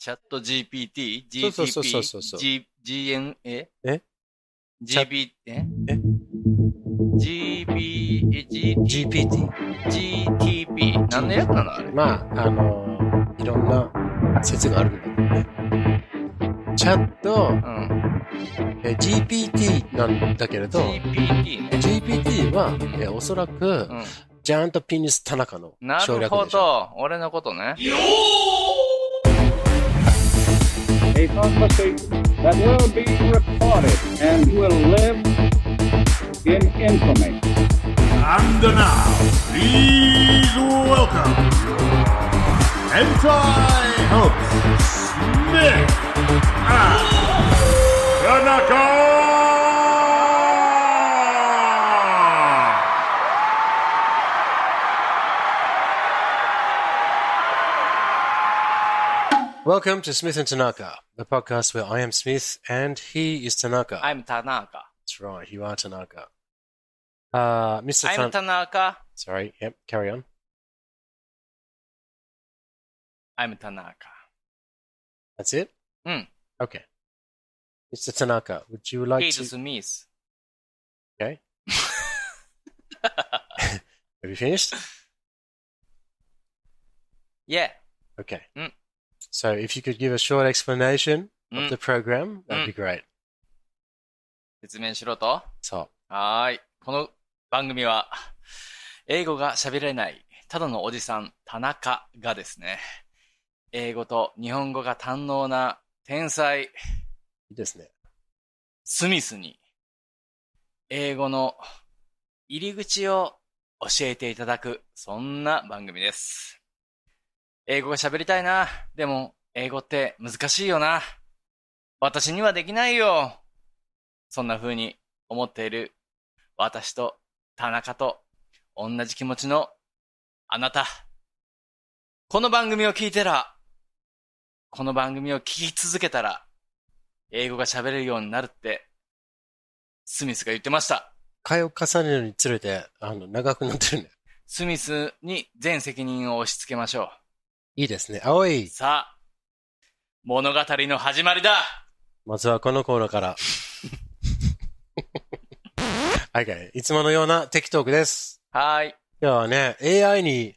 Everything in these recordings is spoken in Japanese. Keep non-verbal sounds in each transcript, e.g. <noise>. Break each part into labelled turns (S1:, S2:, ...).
S1: チャット GPT、
S2: そうそうそうそうそうそう
S1: GTP、G、GN、え
S2: え
S1: ?GB、え
S2: え
S1: ?GB、え、GT、
S2: GPT。
S1: GTP。何の略なのあれ
S2: まあ、あのーいろんな説があるんだけどね。チャット、
S1: うん。
S2: え GPT なんだけれど、
S1: GPT ね。
S2: GPT は、えおそらく、
S1: うん。
S2: ジャイアントピニス田中の
S1: な
S2: 省
S1: る
S2: 略
S1: ほ
S2: でしょ。
S1: ど。俺のことね。
S3: a prophecy that will be recorded and will live in infamy.
S4: And now, please welcome Hentai Hubs, Smith, and Tanaka!
S2: Welcome to Smith and Tanaka, the podcast where I am Smith and he is Tanaka.
S1: I'm Tanaka.
S2: That's right, you are Tanaka. Uh, Mr.
S1: I'm
S2: Tan-
S1: Tanaka.
S2: Sorry, yep, carry on.
S1: I'm Tanaka.
S2: That's it?
S1: Mm.
S2: Okay. Mr. Tanaka, would you like
S1: He's
S2: to...
S1: Smith.
S2: Okay. Have you finished?
S1: Yeah.
S2: Okay.
S1: Mm.
S2: So if you could give a short explanation of
S1: Mm.
S2: the program, that'd
S1: Mm.
S2: be great.
S1: 説明しろと。
S2: So,
S1: はーい。この番組は、英語が喋れない、ただのおじさん、田中がですね、英語と日本語が堪能な天才、
S2: いいですね。
S1: スミスに、英語の入り口を教えていただく、そんな番組です。英語が喋りたいな。でも、英語って難しいよな。私にはできないよ。そんな風に思っている、私と田中と同じ気持ちのあなた。この番組を聞いてら、この番組を聞き続けたら、英語が喋れるようになるって、スミスが言ってました。
S2: 回を重ねるにつれて、あの、長くなってるね。
S1: スミスに全責任を押し付けましょ
S2: いいですね。青
S1: う。
S2: い、
S1: さあ、物語の始まりだ
S2: まずはこのコーナー <laughs> から。okay. いつものようなテキトークです。
S1: はーい。
S2: 今日はね、AI に、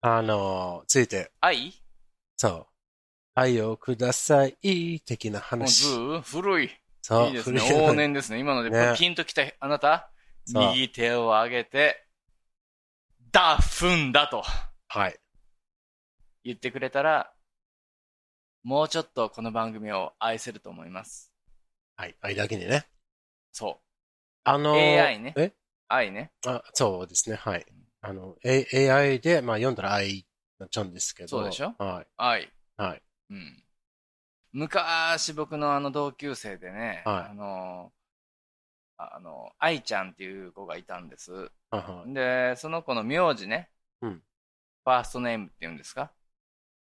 S2: あの、ついて、
S1: 愛
S2: そう。愛をください、的な
S1: もうず
S2: 話。
S1: ー古い。
S2: そう。
S1: いいですね。
S2: 古い
S1: 往年ですね。今ので、
S2: ね
S1: これピンときたあなた、
S2: そう
S1: 右手を上げて、だ、ふんだと
S2: はい。
S1: 言ってくれたら、もうちょっとこの番組を愛せると思います。
S2: はい。愛だけにね。
S1: そう。
S2: あの、
S1: AI ね
S2: え
S1: 愛ね。
S2: あ、そうですね。はい。あの、A、AI で、まあ、読んだら愛になっちゃうんですけど。
S1: そうでしょ
S2: はい。
S1: はい。
S2: はい。
S1: うん。昔僕のあの同級生でね、
S2: はい
S1: あの、ああの、愛ちゃんっていう子がいたんです。
S2: はいはい。
S1: で、その子の名字ね、
S2: うん
S1: ファーストネームっていうんですか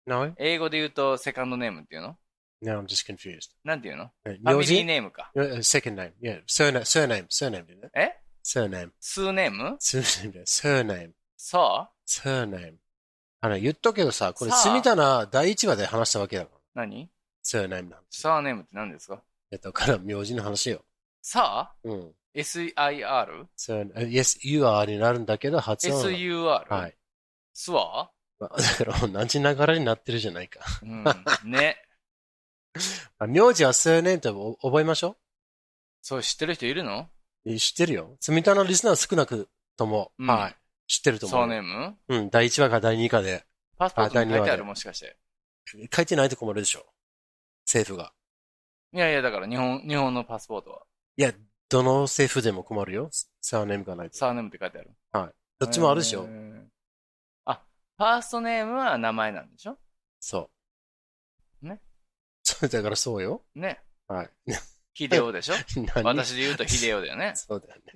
S2: No?
S1: 英語で言うとセカンドネームっていうの
S2: No, I'm just confused.
S1: なんていうの
S2: え
S1: ファ
S2: 名
S1: ミリー
S2: 字
S1: ネームか。
S2: Uh, second name. Yeah. Surname. Surname. Surname. だよね
S1: え
S2: Surname.
S1: スーネーム
S2: Surname. だよ Surname.
S1: さあ
S2: Surname. あの、言っとくけどさ、これ、
S1: さあ
S2: 住棚第一話で話したわけだから。
S1: 何
S2: Surname の話。
S1: サーネームって何ですか
S2: えっと、から名字の話よ。
S1: さあ
S2: うん。
S1: ?SIR?SUR?
S2: Surname. Yes, you are になるんだけど、発音は。はい。
S1: スワ
S2: まあ <laughs> だから、同じ流れになってるじゃないか。
S1: うん。ね。
S2: あ名字は surname ってお覚えましょ
S1: そう知ってる人いるの
S2: う。え知ってるよ。住棚のリスナー少なくとも、
S1: うん
S2: はい。知ってると
S1: ソ
S2: 思う。
S1: ーネーム
S2: うん、第1話か第2話で。
S1: パスポート
S2: あ第
S1: に
S2: 二
S1: 書
S2: 話
S1: いてあ
S2: で
S1: るもしかして。
S2: 書いてないとこもあるでしょ。政府が。
S1: いやいや、だから日本、日本のパスポートは、
S2: いや、どの政府でも困るよ。サーネームがないと。
S1: サーネームって書いてある。
S2: どっちもあるでしょ
S1: へ。ーあ、ファーストネームは名前なんでしょ
S2: そう。
S1: ね。
S2: そう、 <laughs> だからそうよ。
S1: ね。
S2: はい。 <laughs>
S1: ヒデオでしょ
S2: 何
S1: 私で言うとヒデオだよね。
S2: そうだよね。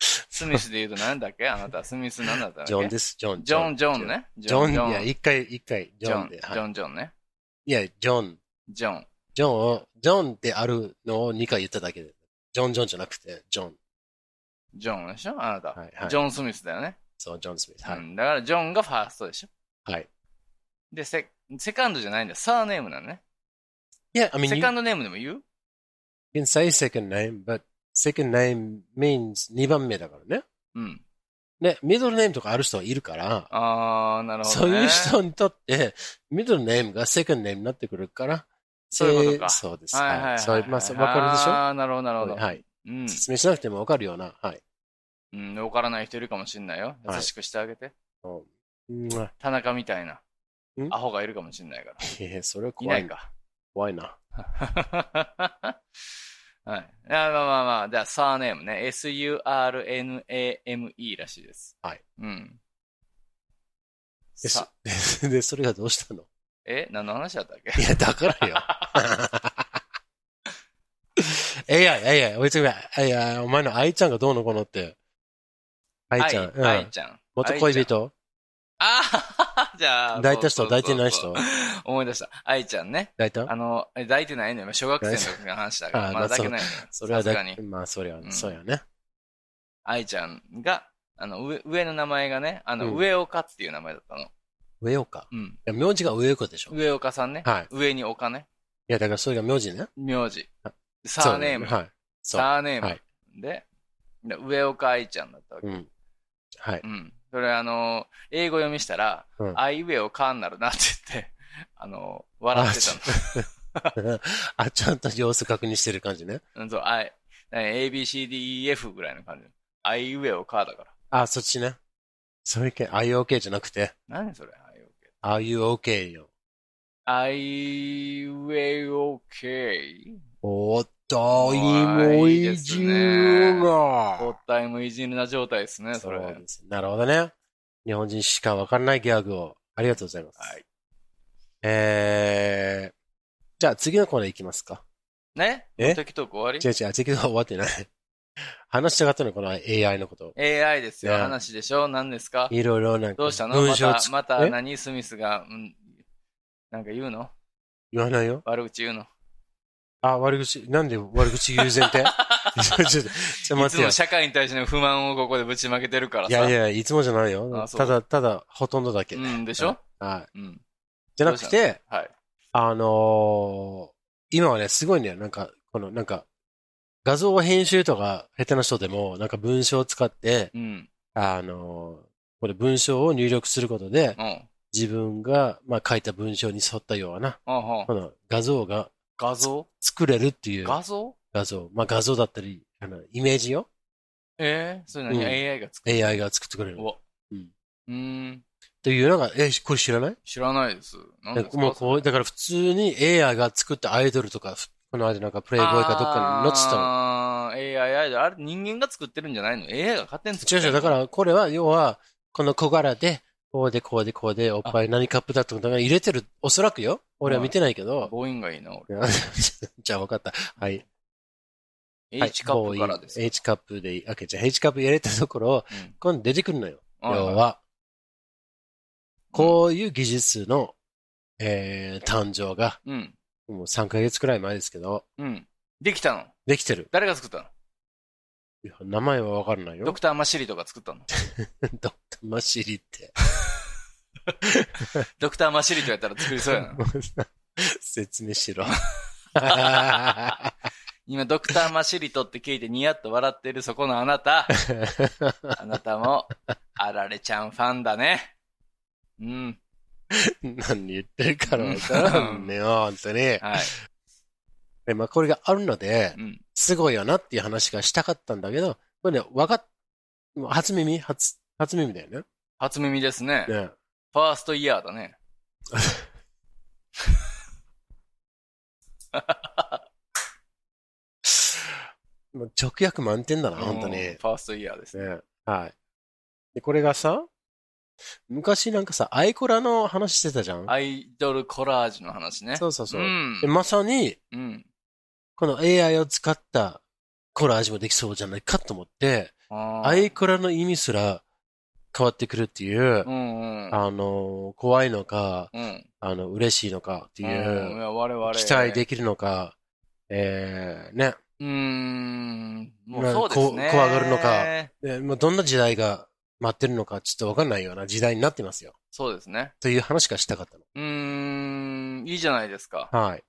S1: スミスで言うと何だっけあなた、スミス何だったっけ
S2: ジョンです、ジョン。
S1: ジョン、ジョン。ね。
S2: ジョン、
S1: ジ
S2: ジョン
S1: ョ
S2: いや、
S1: ン、
S2: 一回、一回、
S1: ジ
S2: ジ
S1: ョ
S2: ョ
S1: ン
S2: ンで。、
S1: ジョ
S2: はい
S1: ン、ジョンね。
S2: いや、ジョン。
S1: ジョン。
S2: ジョンを、ジョンであるのを2回言っただけで。ジョン、ジョンじゃなくて、ジョン。
S1: ジョンでしょあな
S2: はいは
S1: た。
S2: い
S1: ジョン・スミスだよね。
S2: そう、ジョン・スミス。
S1: う
S2: はい。
S1: んだからジョンがファーストでしょ
S2: はい。
S1: で、セ、セカンドじゃないんだ。サーネームなのね。
S2: Yeah, I mean,
S1: second
S2: you
S1: name でも言う
S2: can say second name, but second name means 2番目だからね。
S1: うん。
S2: ね、ミドルネームとかある人はいるから、
S1: あー、なるほ
S2: そ
S1: ど、
S2: う
S1: ね。
S2: いう人にとって、ミドルネームがセカンドネームになってくるから、
S1: そういうことか
S2: えーそうです。
S1: はいはいはい、
S2: はい。そういう、まあ、そうわかるでしょ
S1: あー、なるほど、なるほど。
S2: はい。
S1: うん。
S2: 説明しなくてもわかるような。はい。
S1: うん、わからない人いるかもしんないよ。
S2: はい
S1: 優しくしてあげて。
S2: うんうん
S1: 田中みたいな
S2: うん、
S1: アホがいるかもしんないから。 <laughs>
S2: いやそれはい怖
S1: ないいか。
S2: 怖いな。
S1: はい。あまあまあまあ、じゃあ、サーネームね。s-u-r-n-a-m-e らしいです。
S2: はい。
S1: うん。
S2: で
S1: さ、
S2: そ <laughs> で、それがどうしたの
S1: え何の話だったっけ
S2: いや、だからよ。いやいやいや、おいつが、いや、お前の愛ちゃんがどうのこうのって。愛ちゃん、う
S1: 愛
S2: ん。
S1: ちゃん。
S2: 元恋
S1: 愛ちゃん。
S2: 人
S1: ああ、じゃあ。
S2: 抱いた人、
S1: そうそうそう
S2: 抱いてない人
S1: 思い出した。愛ちゃんね。
S2: 抱いた
S1: あの、え抱いてないのよ。小学生の時の話だから。
S2: あー
S1: まだ
S2: だ
S1: 抱けないのよ。
S2: それは
S1: さす
S2: だ
S1: がに。
S2: まあ、そりゃ
S1: う、ん
S2: そうやね。
S1: 愛ちゃんが、あの、上、上の名前がね、あの、
S2: うん
S1: 上岡っていう名前だったの。
S2: 上岡。
S1: うん。
S2: いや、名字が上岡でしょ。い
S1: 上岡さんね。
S2: はい
S1: 上に岡ね。
S2: や、だからそれが名字ね。
S1: 名字
S2: あ。
S1: サーネーム。
S2: そうはい。そう。
S1: サーネーム。
S2: はい
S1: で、で上岡愛ちゃんだったわけ。
S2: う
S1: うん。
S2: ん。はい。
S1: それ、あの、英語読みしたら、
S2: うん
S1: あいうえおかんなるなって言って、 <laughs> あの、笑ってたの。
S2: <laughs> あ、ちゃんと様子確認してる感じね。
S1: うん、そう、あい、ABCDEF ぐらいの感じ。あいうえおかだから。
S2: あ、そっちね。それ系、IOK じゃなくて、
S1: 何それあいうえ
S2: RUOK よ。
S1: おあいうえおけ
S2: おっと、
S1: お
S2: 芋
S1: ーいいで
S2: い
S1: す
S2: じ
S1: ね
S2: ゅ
S1: お
S2: うが
S1: っ。たいもいじるな状態ですね、それ。
S2: そうですなるほどね。日本人しかわからないギャグを。ありがとうございます。
S1: はい。
S2: えー、じゃあ次のコーナー行きますか。
S1: ね
S2: え
S1: 時と終わり
S2: 違う違う、次の終わってない。 <laughs> 話したかったのこの AI のこと。
S1: ?AI ですよ。
S2: ね
S1: 話でしょ何ですか
S2: いろいろなんか。
S1: どうしたの
S2: 文
S1: ま
S2: 章
S1: た
S2: つ、
S1: また
S2: え
S1: 何スミスが、うん、なんか言うの
S2: 言わないよ。
S1: 悪口言うの
S2: あ、悪口、なんで悪口言
S1: <laughs>
S2: う前提ちょっと、ちょっと
S1: い
S2: 待っ
S1: つ
S2: てよ
S1: も。社会に対しての不満をここでぶちまけてるから
S2: い
S1: さ。
S2: やいや、いつもじゃないよ
S1: あ。そう
S2: ただ、ただ、ほとんどだけ。
S1: うん、でしょ
S2: はい。
S1: うん。
S2: じゃなく
S1: ど
S2: て、
S1: はい。
S2: あのー今はね、すごいね、なんか、この、なんか、画像編集とか下手な人でも、なんか文章を使って、
S1: うん。
S2: あのーこれ文章を入力することで、
S1: うん。
S2: 自分が、まあ、書いた文章に沿ったような、
S1: うんうん
S2: この画像が
S1: 画像
S2: 作れるっていう
S1: 画像
S2: 画像、まあ、画像だったり、あの、イメージを
S1: えー、それ何、
S2: うん
S1: ?AI が作る。
S2: AI が作ってくれる
S1: う。わ。
S2: うん。
S1: うーん。
S2: というのが、え、これ知らない
S1: 知らないです。何ですか
S2: もうこう、だから普通に AI が作ったアイドルとか、ふこの間なんかプレイボーイかどっかに載ってたの。
S1: ああ、AI アイドル。あれ、人間が作ってるんじゃないの ?AI が勝手に作って
S2: 違う
S1: る。
S2: 違う、だか。らこれは要は、この小柄で、こうでこうでこうで、おっぱい何カップだとか入れてる、おそらくよ。俺は見てないけ <laughs> ど。
S1: ボーインがいいな、俺。
S2: じゃあ分かった。はい。はい
S1: H カップからです。
S2: ボーイ H カップでいい。あ、じゃあ H カップ入れたところ、
S1: うん
S2: 今度出てくるのよ。要
S1: はいはい
S2: は、こういう技術の、えー、誕生が、
S1: うん。
S2: もう3ヶ月くらい前ですけど、
S1: うん。できたの
S2: できてる。
S1: 誰が作ったの
S2: いや名前はわからないよ。
S1: ドクターマシリとか作
S2: <laughs>
S1: ったの
S2: ドクターマシリって。
S1: ドクターマシリとやったら作りそう
S2: <laughs>
S1: やな。
S2: 説明
S1: <laughs>
S2: しろ。
S1: 今、ドクターマシリトって聞いてニヤッと笑ってるそこのあな
S2: <laughs>
S1: た。あなたも、あられちゃんファンだね。うん。
S2: <laughs> 何言ってるからわからんねよ、本当に。
S1: はい。
S2: でまあ、これがあるので
S1: う、ん。
S2: すごいよなっていう話がしたかったんだけど、これね、わかっ、初耳初、初耳だよね。
S1: 初耳ですね。
S2: ね
S1: ファーストイヤーだね。
S2: もう直訳満点だな、本当に。
S1: うんファーストイヤーですね。
S2: ねはい。で、これがさ、昔なんかさ、アイコラの話してたじゃん
S1: アイドルコラージュの話ね。
S2: そううそうそう。
S1: ん
S2: で、。まさに、
S1: うん。
S2: この AI を使ったコラージュもできそうじゃないかと思って、
S1: あー
S2: アイコラの意味すら変わってくるっていう
S1: う、んうん。
S2: あの、怖いのか、
S1: うん。
S2: あの、嬉しいのかってい、
S1: うんいうや我々。
S2: 期待できるのか、えー、ね。
S1: うーん。もうそうですね。
S2: まあこ怖がるのかでもうどんな時代が待ってるのかちょっとわかんないような時代になってますよ。
S1: そうですね。
S2: という話がしたかった
S1: うーん、いいじゃないですか。
S2: の。はい。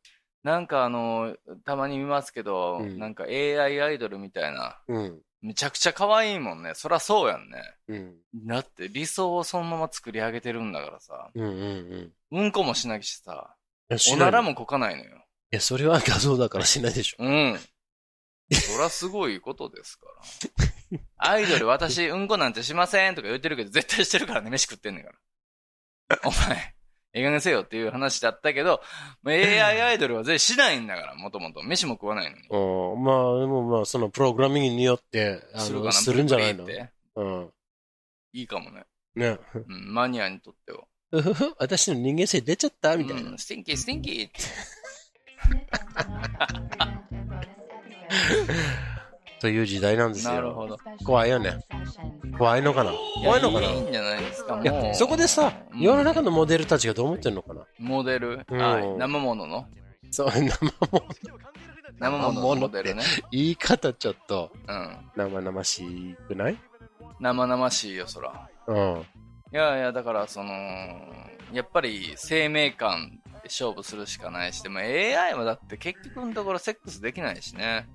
S1: なんかあの、たまに見ますけど、
S2: うん
S1: なんか AI アイドルみたいな、
S2: うん。
S1: めちゃくちゃ可愛いもんね。そらそうやんね。
S2: うん。
S1: だって理想をそのまま作り上げてるんだからさ、
S2: うんうんうん。
S1: うんこもしなきしさ、
S2: いや
S1: おなら。もこかないのよ。
S2: いや、それは画像だからしないでしょ。
S1: うん。そらすごいことです
S2: <laughs>
S1: から。アイドル私、うんこなんてしませんとか言ってるけど、絶対してるからね、飯食ってんねんから。お前、ええ加減せよっていう話だったけど、まあ
S2: <laughs>
S1: AI アイドルは全然しないんだから、もともと。飯も食わないのに。
S2: うん。まあ、でもまあ、そのプログラミングによって、あの、するんじゃないの
S1: ブリブリって
S2: うん。
S1: いいかもね。
S2: ね。
S1: うん、マニアにとっては。
S2: うふふ、 <laughs> 私の人間性出ちゃったみたいな
S1: うん。スティンキー、スティンキーって。
S2: という時代なんですよ。
S1: なるほど。
S2: 怖いよね。怖いのかな怖いのかない
S1: やいいんじゃないですか、も
S2: いや、
S1: う。
S2: そこでさ、
S1: うん
S2: 世の中のモデルたちがどう思ってるのかな
S1: モデル、
S2: うん
S1: はい、生ものの
S2: そう、生も、
S1: 生もののモデルね。
S2: 言い方ちょっと
S1: うん。
S2: 生々しくない
S1: 生々しいよ、そら。
S2: うん。
S1: いやいや、だから、その、やっぱり生命感で勝負するしかないし、でも AI はだって結局のところセックスできないしね。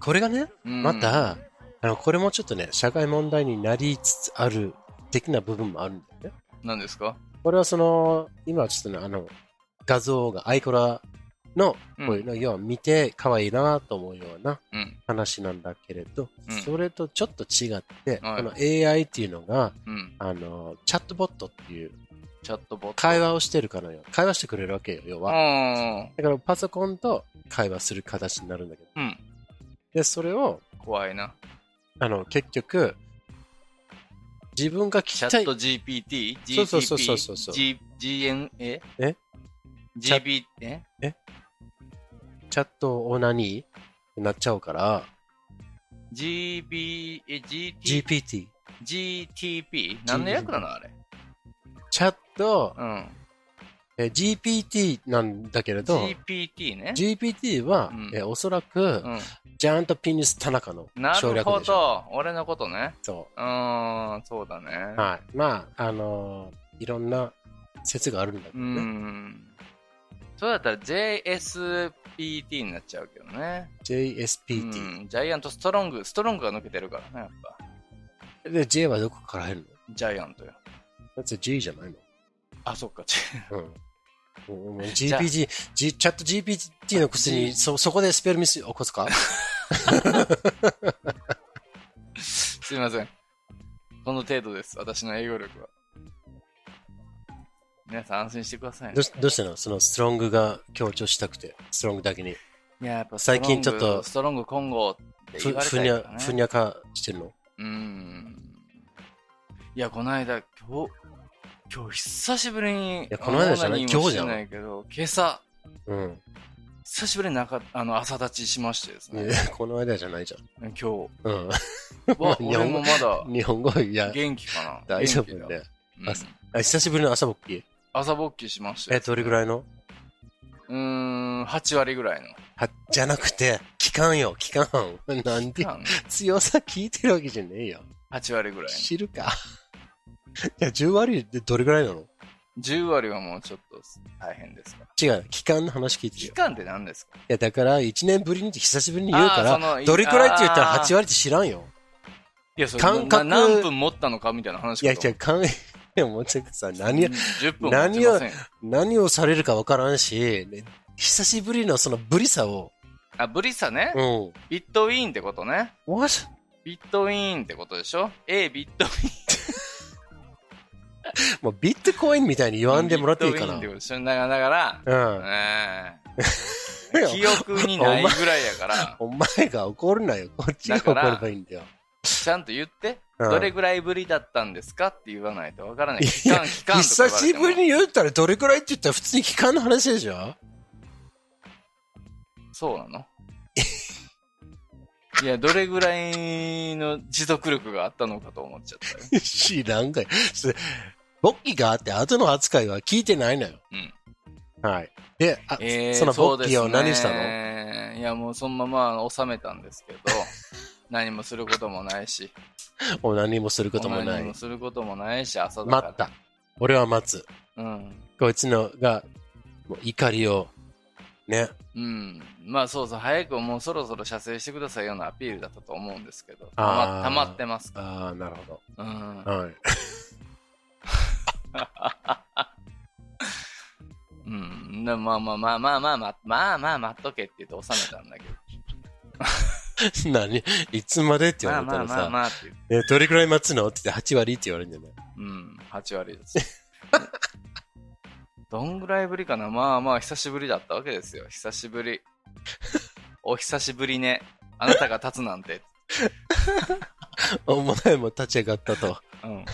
S2: これがね、
S1: うん
S2: ま、た、あの、これもちょっとね、社会問題になりつつある的な部分もあるんだよね。
S1: 何ですか
S2: これはその、今はちょっとね、あの、画像がアイコラの、
S1: うん
S2: こういうの、要は見て可愛いなと思うような
S1: うん。
S2: 話なんだけれど、
S1: うん
S2: それとちょっと違って、
S1: はい
S2: この AI っていうのが、
S1: うん。
S2: あの、チャットボットっていう、
S1: チャットボット。
S2: 会話をしてるかのように、会話してくれるわけよ、要は。
S1: 話。
S2: だからパソコンと会話する形になるんだけど。
S1: うん。うん。
S2: で、それを、
S1: 怖いな。
S2: あの、結局、自分が聞
S1: チ
S2: き
S1: ャ
S2: たい
S1: ット GPT?
S2: そうそうそうそうそうそう
S1: GTP GN、え
S2: え
S1: ?GB、え
S2: チャットを何ってなっちゃうから、
S1: ?GB、え、GT、
S2: GPT。
S1: GTP? 何の略なのあれ。
S2: チャット、
S1: うん。
S2: え GPT なんだけれど、
S1: GPT ね。
S2: GPT は、
S1: うん
S2: えおそらく、
S1: う
S2: ジャンとピニス田中の
S1: ん。な
S2: 省
S1: る
S2: 略
S1: ほ
S2: でしょ。
S1: ど。俺のことね。
S2: そう
S1: ーん、そうだね。
S2: う。はい。まあ、あのーいろんな説があるんだけ
S1: う
S2: どね。
S1: ん。そうだったら JSPT になっちゃうけどね。
S2: JSPT。
S1: うんジャイアントストロング、ストロングが抜けてるからね、やっぱ。
S2: で、J はどこから入るの
S1: ジャイアントよ。
S2: だって G じゃないの
S1: あ、そっか。 <laughs>
S2: うん。もうもう
S1: じゃあ
S2: GPG、G、チャット GPT のくせに、
S1: G
S2: そ、そこでスペルミス起こすか
S1: <laughs> すいません。この程度です。私の営業力は。皆さん安心してください
S2: ど
S1: ね
S2: う。しどうしたのそのストロングが強調したくて、ストロングだけに。
S1: いや、やっぱ
S2: 最近ちょっと
S1: ストロングストロング今後って
S2: ふ
S1: 言われ
S2: ふ
S1: た
S2: に
S1: り
S2: ゃ
S1: とか、ね。
S2: ふにゃかしてるの
S1: うーん。いや、この間、今日、今日久しぶりに、
S2: やこの間じゃな
S1: オナ
S2: い
S1: ニー
S2: 今
S1: も
S2: 日じゃん
S1: してないけど、今朝、
S2: うん。
S1: 久しぶりに中あの朝立ちしましてですね、
S2: この間じゃないじ
S1: 今日。は、
S2: ゃん。うん。日
S1: 俺
S2: 本
S1: もまだ
S2: <laughs> 日本語、いや、
S1: 元気かな。
S2: <laughs> 大丈夫
S1: 元気だ
S2: ね。
S1: うん
S2: あ久しぶりの朝勃起。
S1: 朝勃起しました
S2: え、
S1: よ
S2: どれぐらいの
S1: うーん、8割ぐらいの。
S2: は、じゃなくて、期間よ、期間。なんで、強さ聞いてるわけじゃねえよ。
S1: 8割ぐらいの。
S2: 知るか。 <laughs> いや、10割でどれぐらいなの
S1: 10割はもうちょっと大変ですから。
S2: 違う、期間の話聞いてる
S1: 期
S2: よ。
S1: 間って何ですか
S2: いや、だから、1年ぶりにって久しぶりに言うか
S1: あーそ
S2: ら、
S1: の
S2: どれくらいって言ったら
S1: あー
S2: 8割って知らんよ。
S1: いや、それ
S2: 感覚
S1: な何分持ったのかみたいな話
S2: い
S1: か
S2: や、
S1: と
S2: いや、かん、いや、もうちょっとさ、
S1: うん
S2: 何を、
S1: 10分持ちませんよ
S2: 何をされるかわからんし、ね久しぶりのそのブリさを、
S1: あ、ブリサね
S2: う。ん。
S1: ビットウィーンってことね。
S2: What?
S1: ビットウィーンってことでしょ ?A ビットウィーン。
S2: もうビットコインみたいに言わんでもらっていいか
S1: ビットウィーン
S2: な。
S1: ってことでしょだから、だから
S2: うん。
S1: ね
S2: い
S1: え
S2: や
S1: 記憶にないぐらいやから、
S2: お前が怒るなよ。こっちが怒ればいいんだよ。
S1: ちゃんと言って、
S2: うん
S1: どれぐらいぶりだったんですかって言わないとわからない。
S2: い
S1: 期
S2: や
S1: 間、期間とか言
S2: 久
S1: われ
S2: して
S1: も
S2: ぶりに言ったらどれくらいって言ったら普通に期間の話でしょ
S1: そうなのいや、どれぐらいの持続力があったのかと思っちゃったよ。
S2: <laughs> 知らんがい。それボッキがあって後の扱いは聞いてないのよ。
S1: うん
S2: はい。で、あ
S1: えー
S2: そのボッキーを
S1: そうで
S2: 何
S1: す
S2: したの <laughs>
S1: ねいや、もうそのまま収めたんですけど、何もすることもないし、
S2: もう何もすることもな
S1: 何
S2: い
S1: も。することもないし、朝だから。
S2: 待った。。俺は待つ。
S1: うん。
S2: こいつのが、もう怒りを、ね。
S1: うん。まあそうそう、早くもうそろそろ射精してくださいようなアピールだったと思うんですけど、た
S2: あ
S1: ま
S2: ー
S1: 溜まってます。
S2: ああ、なるほ
S1: うん
S2: ど。。はい。 <laughs>
S1: うん。でまあまあまあまあまあまあ、まあまあ待っとけって言って収めたんだけど。
S2: 何いつまでって言
S1: ま
S2: わ
S1: あ
S2: れた
S1: まあま
S2: ら
S1: あ
S2: さ、
S1: まあって言って。
S2: えどれくらい待つのって言って8割って言われるんじゃない
S1: うん、8割です。 <laughs> どんぐらいぶりかなまあまあ、久しぶりだったわけですよ。久しぶり。 <laughs> お久しぶりね。あなたが立つなんて。
S2: お前も立ち上がったと。 <laughs>
S1: うん。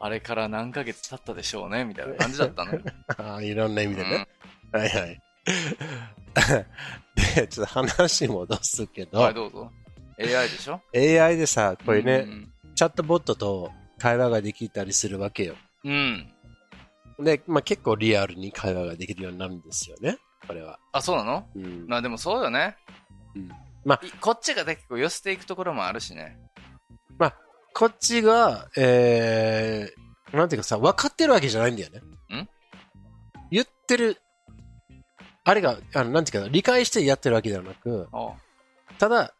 S1: あれから何ヶ月経ったでしょうねみたいな感じだった
S2: <laughs>
S1: のよ。
S2: ああ、いろんな意味でね。はいはい。 <laughs> で、ちょっと話戻すけ
S1: うんはい、
S2: ど、
S1: どうぞ。AI でしょ
S2: AI でさ、これ
S1: う
S2: ね、
S1: ん
S2: チャットボットと会話ができたりするわけよ。
S1: うん。
S2: で、まあ結構リアルに会話ができるようになるんですよね。これは。
S1: あ、そうなの
S2: うん。
S1: まあでもそうよね。
S2: うん
S1: いこっちが結構寄せていくところもあるしね。
S2: こっちが、えー、なんていうかさ、分かってるわけじゃないんだよね。
S1: ん
S2: 言ってる、あれが、あの、なんていうかな、理解してやってるわけではなく、
S1: お
S2: ただ、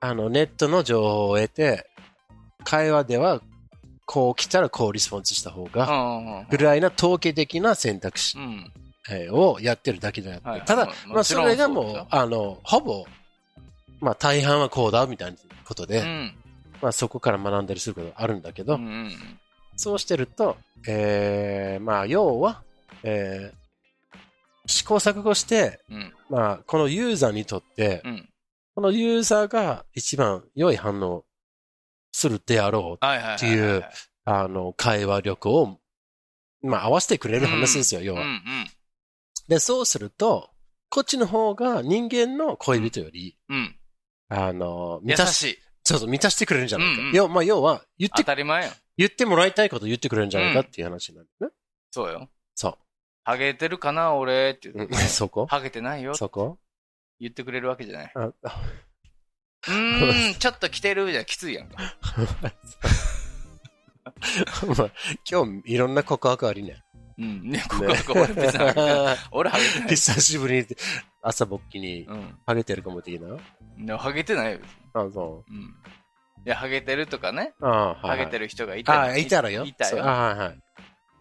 S2: あの、ネットの情報を得て、会話では、こう来たらこうリスポンスした方
S1: う
S2: が、
S1: んうんうん。
S2: ぐらいな統計的な選択肢
S1: うん。
S2: えーをやってるだけじゃなくて、
S1: はい
S2: ただ
S1: も、
S2: まあ、
S1: もちろ
S2: そ
S1: ん
S2: れが
S1: そう
S2: も
S1: だ
S2: う
S1: よ、
S2: あの、ほぼ、まあ、大半はこうだ、みたいなことで、
S1: うん。
S2: まあ、そこから学んだりすることがあるんだけ
S1: う
S2: ど、
S1: んうん
S2: そうしてると、えーまあ、要は、えー試行錯誤して、
S1: うん。
S2: まあ、このユーザーにとって、
S1: うん。うん。
S2: このユーザーが一番良い反応するであろう、
S1: はいはいはいはい。
S2: っていうあの、会話力を、まあ、合わせてくれる話ですよ、要
S1: うんう
S2: は。
S1: ん。
S2: で、そうすると、こっちの方が人間の恋人より、
S1: うん。
S2: あの、
S1: 優
S2: 満たし、
S1: しい。
S2: そうそう、満たしてくれるんじゃないか。
S1: うんうん
S2: 要まあ、要は、言っ
S1: 当
S2: て、
S1: たり前よ。
S2: 言ってもらいたいこと言ってくれるんじゃないかっていう話になるね。
S1: そうよ。
S2: そ
S1: ハゲてるかな、俺って
S2: う。う
S1: 言っ
S2: ん <laughs>
S1: て。
S2: そこ
S1: ハゲてないよ。
S2: そこ
S1: 言ってくれるわけじゃ
S2: <laughs>
S1: ない。
S2: あ
S1: うーん、ちょっと着てるじゃきついやんか。
S2: お前今日いろんな告白ありね。 <laughs>
S1: うん。ね、告白俺別にハゲてない。俺ハゲてない。
S2: 久しぶりに朝勃起に
S1: う
S2: ハゲてるかも的な。
S1: ん。でもハゲてないよ。別に
S2: あ、そ
S1: うん。いや、ハゲてるとかね。
S2: う。ああ、は
S1: ハ
S2: い、は
S1: ゲ
S2: い。
S1: てる人がいた
S2: あ
S1: ら
S2: あ、いたらよ。
S1: いた
S2: そう
S1: よ。
S2: ああ、はいはい。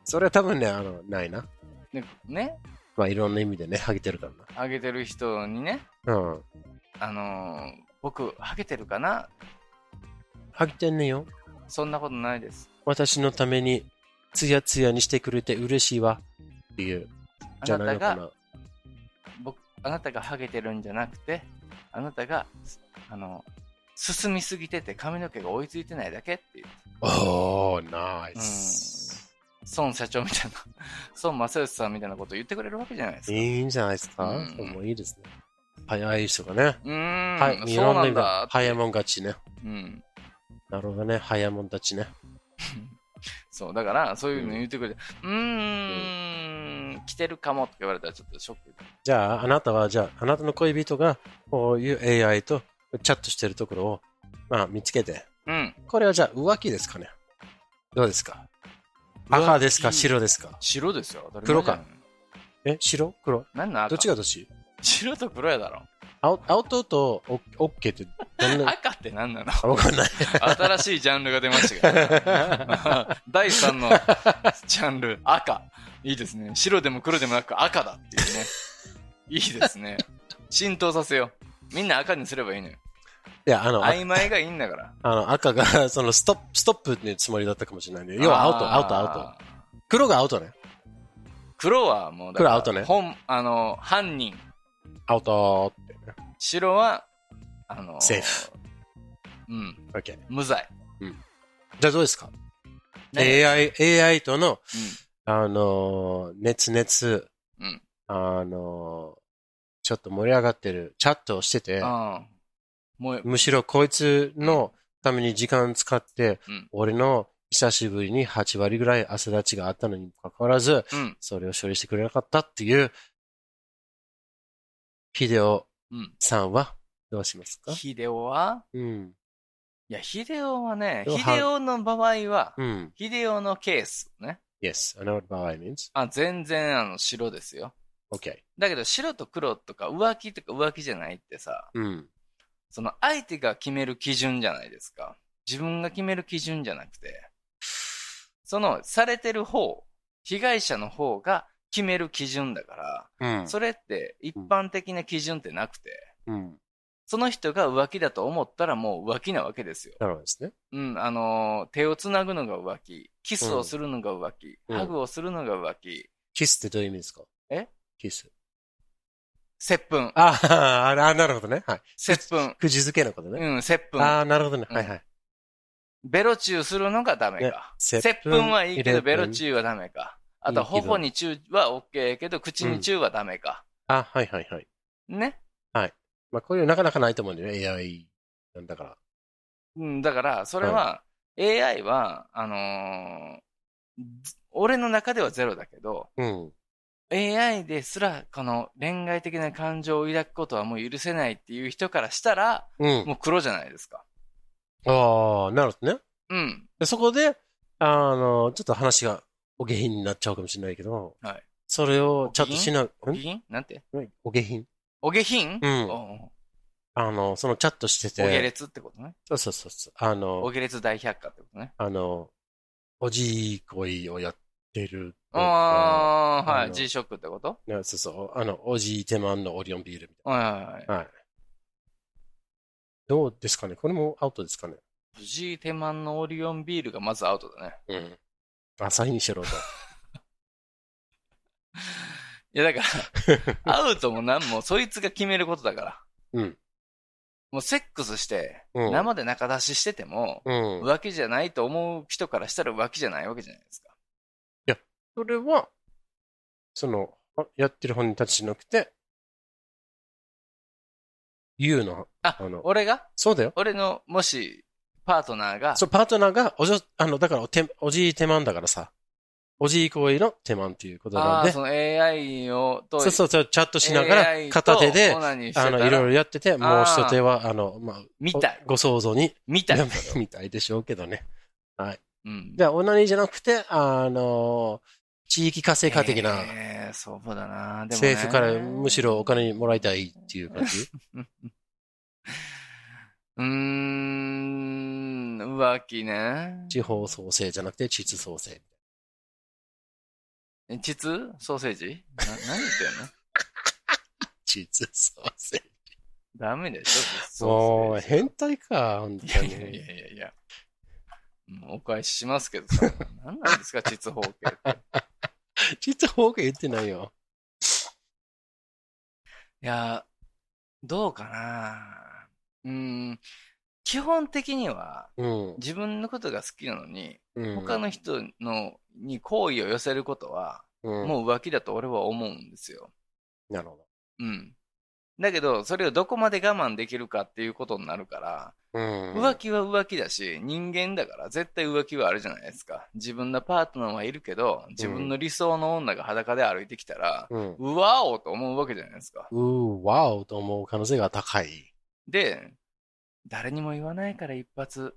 S2: それは多分ね、あの、ないな。
S1: ねね。
S2: まあ、いろんな意味でね、ハゲてるから
S1: ハゲてる人にね。
S2: な。うん。
S1: あのー、僕、ハゲてるかな
S2: ハゲてんねよ。
S1: そんなことないです。
S2: 私のために、ツヤツヤにしてくれて嬉しいわ。っていう、
S1: あ
S2: じゃ
S1: な
S2: ない
S1: た
S2: のか
S1: が、
S2: な。
S1: 僕、あなたがハゲてるんじゃなくて、あなたが、すあの、進みすぎてて髪の毛が追いついてないだけっていう。
S2: おー、ナイ
S1: うん
S2: ス。。
S1: 孫社長みたいな、 <laughs> 孫正義さんみたいなこと言ってくれるわけじゃないです
S2: い
S1: か。
S2: いんじゃないですか、
S1: うん
S2: もういいですね。早い人がね。
S1: うーん、
S2: はい、い
S1: そ
S2: ろ
S1: うんな
S2: な意味
S1: ん
S2: で
S1: だ。
S2: 早いもん勝ちね。
S1: うん。
S2: なるほどね。早いもんたちね。
S1: そう、だから、そういうの言ってくれて、うーん、来てるかもって言われたらちょっとショック。
S2: じゃあ、あなたは、じゃあ、あなたの恋人が、こういう AI とチャットしてるところを、まあ、見つけて。
S1: うん、
S2: これはじゃあ、浮気ですかねどうですか赤です
S1: 浮
S2: か
S1: 気
S2: 白ですか
S1: 白ですよ。
S2: 黒か。え白黒
S1: 何の赤
S2: どっちがどっち
S1: 白と黒やだろ。
S2: 青青ととオオッケーってどんな、
S1: 赤って何なの
S2: あわかんない。
S1: 新しいジャンルが出ましたけど。 <laughs> 第3のジャンル、赤。いいですね。白でも黒でもなく赤だっていうね。いいですね。浸透させよう。みんな赤にすればいいのよ。
S2: いや、あの、あ
S1: 曖昧がいいんだから。
S2: あの赤が、その、ストップ、ストップっていうつもりだったかもしれないんで、要は青と、青と、青と。
S1: と。
S2: 黒が青とね。
S1: 黒はもうだから、
S2: 黒はアウトね
S1: 本、あの、犯人。
S2: 青と、
S1: 白は、あの、
S2: セー
S1: うん、
S2: オッケー。
S1: 無罪。
S2: じゃあどうですか
S1: ね
S2: ?AI、AI との、あのー、熱熱、
S1: うん
S2: あのー、ちょっと盛り上がってるチャットをしてて
S1: う、ん。うん。もう、
S2: むしろこいつのために時間使って、
S1: うん
S2: 俺の久しぶりに8割ぐらい汗立ちがあったのにもかかわらず、
S1: うん、
S2: それを処理してくれなかったっていう、ヒデオ
S1: うん。
S2: さんはどうしますか
S1: ヒデオは
S2: うん。
S1: いや、ヒデオはね、
S2: でも
S1: ヒデオの場合は、
S2: うん。
S1: ヒデオのケースね。
S2: Yes, I know what Barai means.
S1: あ、全然あの白ですよ。
S2: Okay.
S1: だけど白と黒とか浮気とか浮気じゃないってさ、
S2: うん。
S1: その相手が決める基準じゃないですか。自分が決める基準じゃなくて、そのされてる方、被害者の方が決める基準だから、
S2: うん。
S1: それって一般的な基準ってなくて、
S2: うん。
S1: その人が浮気だと思ったらもう浮気なわけですよ。
S2: なるほどですね。
S1: うん、あのー手をつなぐのが浮気、キスをするのが浮気、
S2: うん
S1: ハグをするのが浮気、
S2: キスってどういう意味ですか
S1: え
S2: キス。
S1: 接吻、
S2: あ <laughs> あ、あなるほどね。はい。
S1: 接吻、
S2: くじづけのことね。
S1: うん、接吻、
S2: ああ、なるほどね。
S1: うん
S2: はいはい。
S1: ベロチューするのがダメ
S2: ね
S1: か。
S2: 接
S1: 接
S2: 吻
S1: 吻はいいけ
S2: 入れ
S1: ど、
S2: 吻
S1: ベロチューはダメか。あ
S2: い
S1: と、
S2: いけど
S1: 頬にチューは OK やけど、口にチューはダメか。
S2: あはいはいはい。
S1: ね。
S2: まあ、こういうのなかなかないと思うんだよね。AI なんだから。
S1: うん、だから、それは、AI は、あのーず俺の中ではゼロだけど、
S2: うん。
S1: AI ですら、この恋愛的な感情を抱くことはもう許せないっていう人からしたら、
S2: うん。
S1: もう黒じゃないですか。
S2: ああ、なるほどね。
S1: うん。
S2: でそこで、あの、ちょっと話がお下品になっちゃうかもしれないけど、
S1: はい
S2: それをちゃんとしな、
S1: お下品なんて
S2: んお下品
S1: お下品
S2: うん
S1: おお
S2: あの、そのチャットして
S1: お下
S2: て、
S1: 劣ってことね。
S2: そうそうそうそう、あ
S1: お
S2: の、
S1: 下劣大百科ってことね。
S2: あの、おじい恋をやってるとか。
S1: ああ、は
S2: あ
S1: い。
S2: の
S1: G ショックってこと
S2: ねそうそう、あの、おじい手満のオリオンビールみたい
S1: はいはいはい。
S2: な。はい。どうですかねこれもアウトですかね
S1: 藤井手満のオリオンビールがまずアウトだね。 <laughs>
S2: うん。朝日にしろと。
S1: いやだ
S2: <laughs>
S1: から、アウトもなんも、そいつが決めることだから。
S2: うん。
S1: もうセックスして、
S2: うん
S1: 生で仲出ししてても、
S2: うん。
S1: 浮気じゃないと思う人からしたら浮気じゃないわけじゃないですか。
S2: それは、その、あやってる本人たちじゃなくて、ユウの、
S1: あ
S2: あの、
S1: 俺が
S2: そうだよ。
S1: 俺の、もし、パートナーが、
S2: そう、パートナーが、おじょ、あの、だからお手、おじい手満だからさ、おじい行為の手満っていうことな
S1: あ
S2: ん
S1: あ
S2: で、
S1: ー、そ
S2: そ
S1: の AI を、と
S2: うそうそう、チャットしながら、片手で、あの、いろいろ
S1: ろ。
S2: やってて、
S1: ー
S2: もう一手は、あの、まあ、
S1: 見たい
S2: ごご想像に、
S1: 見たい。
S2: <laughs> みたいでしょうけどね。
S1: うん。
S2: じゃあ、オナニーじゃなくて、あの、地域活性化的な、
S1: えーそうだな。でもね
S2: 政府からむしろお金もらいたいっていう感
S1: <laughs>
S2: じ。
S1: うーん、浮気ね。
S2: 地方創生じゃなくて地域創生。
S1: え膣ソーセージな何言ってんの <laughs>
S2: 地域創生。
S1: ダメでしょソ
S2: もう、
S1: ーセー
S2: 変態か、本
S1: ジ。い
S2: 当
S1: やいやい
S2: に。
S1: やいやいや。もうお返ししますけどさ。何なんですか、膣包茎って。
S2: 地域方が言ってないよ。
S1: いや、どうかな。うーん、基本的には
S2: うん。
S1: 自分のことが好きなのに、
S2: うん
S1: 他の人のに好意を寄せることは、
S2: うん
S1: もう浮気だと俺は思うんですよ。
S2: なるほ
S1: うん。だけど、それをどこまで我慢できるかっていうことになるから、
S2: ど。うん。
S1: 浮気は浮気だし、人間だから絶対浮気はあるじゃないですか。自分のパートナーはいるけど、自分の理想の女が裸で歩いてきたら、
S2: うん。
S1: うわおと思うわけじゃないですか。
S2: うー、わおと思う可能性が高い。
S1: で、誰にも言わないから一発、